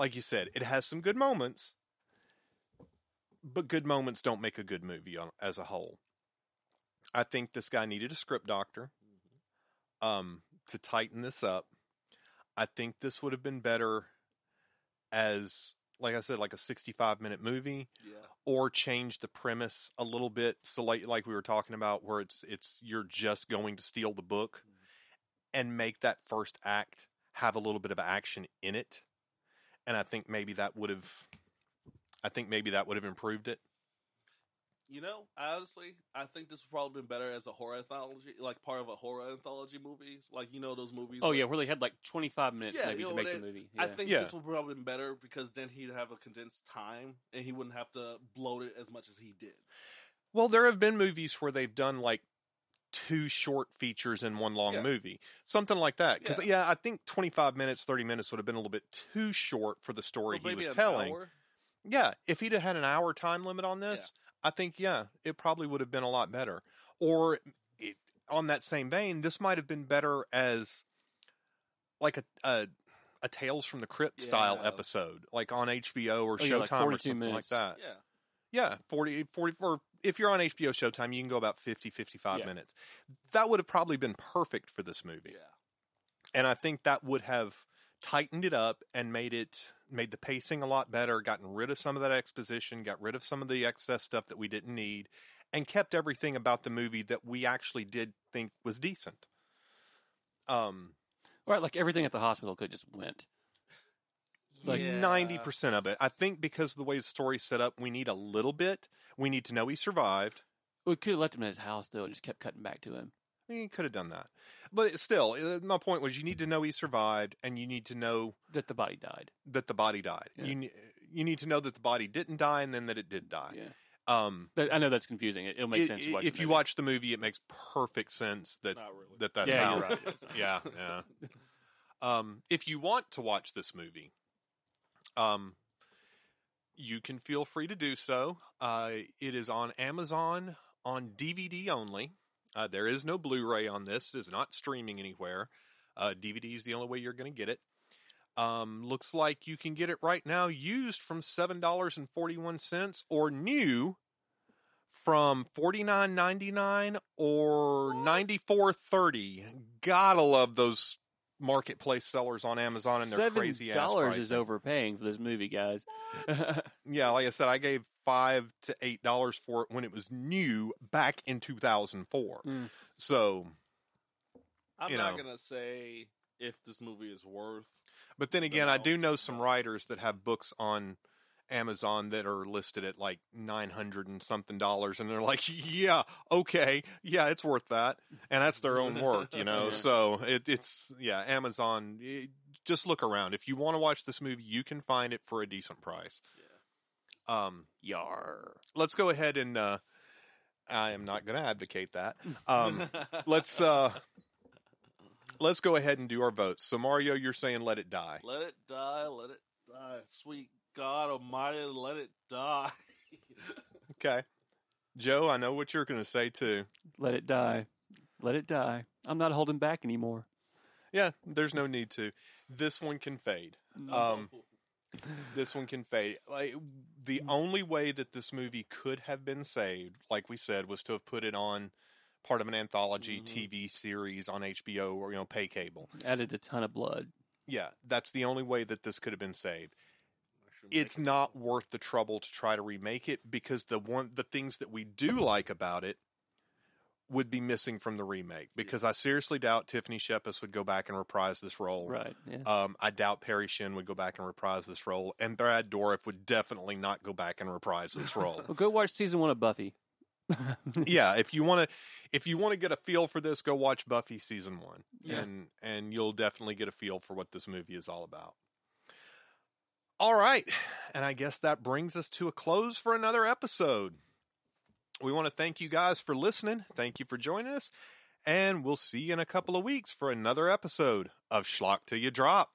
Speaker 2: Like you said, it has some good moments, but good moments don't make a good movie on, as a whole. I think this guy needed a script doctor um, to tighten this up. I think this would have been better as, like I said, like a 65 minute movie
Speaker 4: Yeah.
Speaker 2: or change the premise a little bit. So like like we were talking about, where it's it's you're just going to steal the book
Speaker 4: Mm-hmm.
Speaker 2: and make that first act have a little bit of action in it. And I think maybe that would have I think maybe that would have improved it.
Speaker 4: You know, I honestly, I think this would probably been better as a horror anthology, like part of a horror anthology movie. Like you know those movies.
Speaker 3: Oh
Speaker 4: where-
Speaker 3: yeah, where they had like twenty five minutes
Speaker 4: Yeah,
Speaker 3: maybe
Speaker 4: you
Speaker 3: to
Speaker 4: know,
Speaker 3: make
Speaker 4: they-
Speaker 3: the movie.
Speaker 4: I
Speaker 3: Yeah.
Speaker 4: think
Speaker 2: Yeah.
Speaker 4: this would probably been better because then he'd have a condensed time and he wouldn't have to bloat it as much as he did.
Speaker 2: Well, there have been movies where they've done like two short features in one long
Speaker 4: Yeah.
Speaker 2: movie, something like that. Because yeah. I think twenty five minutes, thirty minutes would have been a little bit too short for the
Speaker 4: Or
Speaker 2: story he
Speaker 4: maybe
Speaker 2: was
Speaker 4: an
Speaker 2: telling.
Speaker 4: hour?
Speaker 2: Yeah, if he'd have had an hour time limit on this, I think yeah, it probably would have been a lot better. Or it, on that same vein, this might have been better as like a a, a Tales from the Crypt style
Speaker 4: Yeah.
Speaker 2: episode, like on HBO or
Speaker 3: Oh, yeah,
Speaker 2: Showtime
Speaker 3: like
Speaker 2: or
Speaker 3: 42
Speaker 2: something
Speaker 3: minutes.
Speaker 2: like that.
Speaker 4: Yeah.
Speaker 2: Yeah, 40, 40 or if you're on HBO Showtime, you can go about 50 55
Speaker 3: Yeah.
Speaker 2: minutes. That would have probably been perfect for this movie.
Speaker 4: Yeah.
Speaker 2: And I think that would have tightened it up and made it made the pacing a lot better, gotten rid of some of that exposition, got rid of some of the excess stuff that we didn't need, and kept everything about the movie that we actually did think was decent. Um
Speaker 3: Right, like everything at the hospital could just went.
Speaker 2: like ninety percent of it. I think because of the way the story's set up, we need a little bit. We need to know he survived.
Speaker 3: We could have left him in his house though, and just kept cutting back to him.
Speaker 2: You could have done that, but it- still, uh, my point was you need to know he survived, and you need to know
Speaker 3: That the body died.
Speaker 2: that the body died.
Speaker 3: Yeah.
Speaker 2: You ne- you need to know that the body didn't die, and then that it did die.
Speaker 3: Yeah,
Speaker 2: Um,
Speaker 3: That- I know that's confusing. It, it'll make
Speaker 2: i-
Speaker 3: sense
Speaker 2: i-
Speaker 3: to watch
Speaker 2: if
Speaker 3: the
Speaker 2: you
Speaker 3: movie.
Speaker 2: watch the movie, it makes perfect sense that
Speaker 4: Not really.
Speaker 2: that that's
Speaker 3: Yeah,
Speaker 2: how.
Speaker 3: you're
Speaker 4: right.
Speaker 2: yeah, yeah. Um, if you want to watch this movie, um, you can feel free to do so. Uh, it is on Amazon on DVD only. Uh, there is no Blu-ray on this. It is not streaming anywhere. Uh, DVD is the only way you're going to get it. Um, looks like you can get it right now, used from seven dollars and forty-one cents, or new from forty nine ninety nine or ninety four thirty. Gotta love those marketplace sellers on Amazon and their
Speaker 3: Seven
Speaker 2: crazy
Speaker 3: dollars is
Speaker 2: ass pricing.
Speaker 3: overpaying for this movie, guys.
Speaker 2: Yeah, like I said, I gave five to eight dollars for it when it was new back in two thousand four.
Speaker 3: Mm.
Speaker 2: So,
Speaker 4: I'm
Speaker 2: You
Speaker 4: not
Speaker 2: know.
Speaker 4: gonna say if this movie is worth.
Speaker 2: but then again, I
Speaker 4: No,
Speaker 2: do know some writers that have books on Amazon that are listed at like nine hundred and something dollars, and they're like, "Yeah, okay, yeah, it's worth that," and that's their own work, you know.
Speaker 3: Yeah.
Speaker 2: So it, it's yeah, Amazon. it- just look around if you want to watch this movie, you can find it for a decent price. Um,
Speaker 3: Yar.
Speaker 2: let's go ahead and uh, I am not going to advocate that. Um, let's uh, let's go ahead and do our votes. So Mario, you're saying let it die.
Speaker 4: let it die. Let it die. Sweet God Almighty, let it die.
Speaker 2: Okay, Joe, I know what you're going to say too.
Speaker 3: Let it die. Let it die. I'm not holding back anymore.
Speaker 2: Yeah, there's no need to. This one can fade.
Speaker 3: Mm.
Speaker 2: Um, this one can fade. Like the only way that this movie could have been saved, like we said, was to have put it on part of an anthology
Speaker 4: Mhm.
Speaker 2: TV series on HBO or you know pay cable.
Speaker 3: Added a ton of blood.
Speaker 2: Yeah, that's the only way that this could have been saved.
Speaker 4: I should make
Speaker 2: It's
Speaker 4: it.
Speaker 2: not worth the trouble to try to remake it because the one the things that we do like about it would be missing from the remake because I seriously doubt Tiffany Shepis would go back and reprise this role.
Speaker 3: Right. Yeah.
Speaker 2: Um, I doubt Perry Shin would go back and reprise this role, and Brad Dourif would definitely not go back and reprise this role.
Speaker 3: Well, go watch season one of Buffy.
Speaker 2: yeah, if you want to, if you want to get a feel for this, go watch Buffy season one,
Speaker 3: Yeah.
Speaker 2: and and you'll definitely get a feel for what this movie is all about. All right, and I guess that brings us to a close for another episode. We want to thank you guys for listening. Thank you for joining us, and we'll see you in a couple of weeks for another episode of Schlock Till You Drop.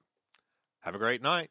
Speaker 2: Have a great night.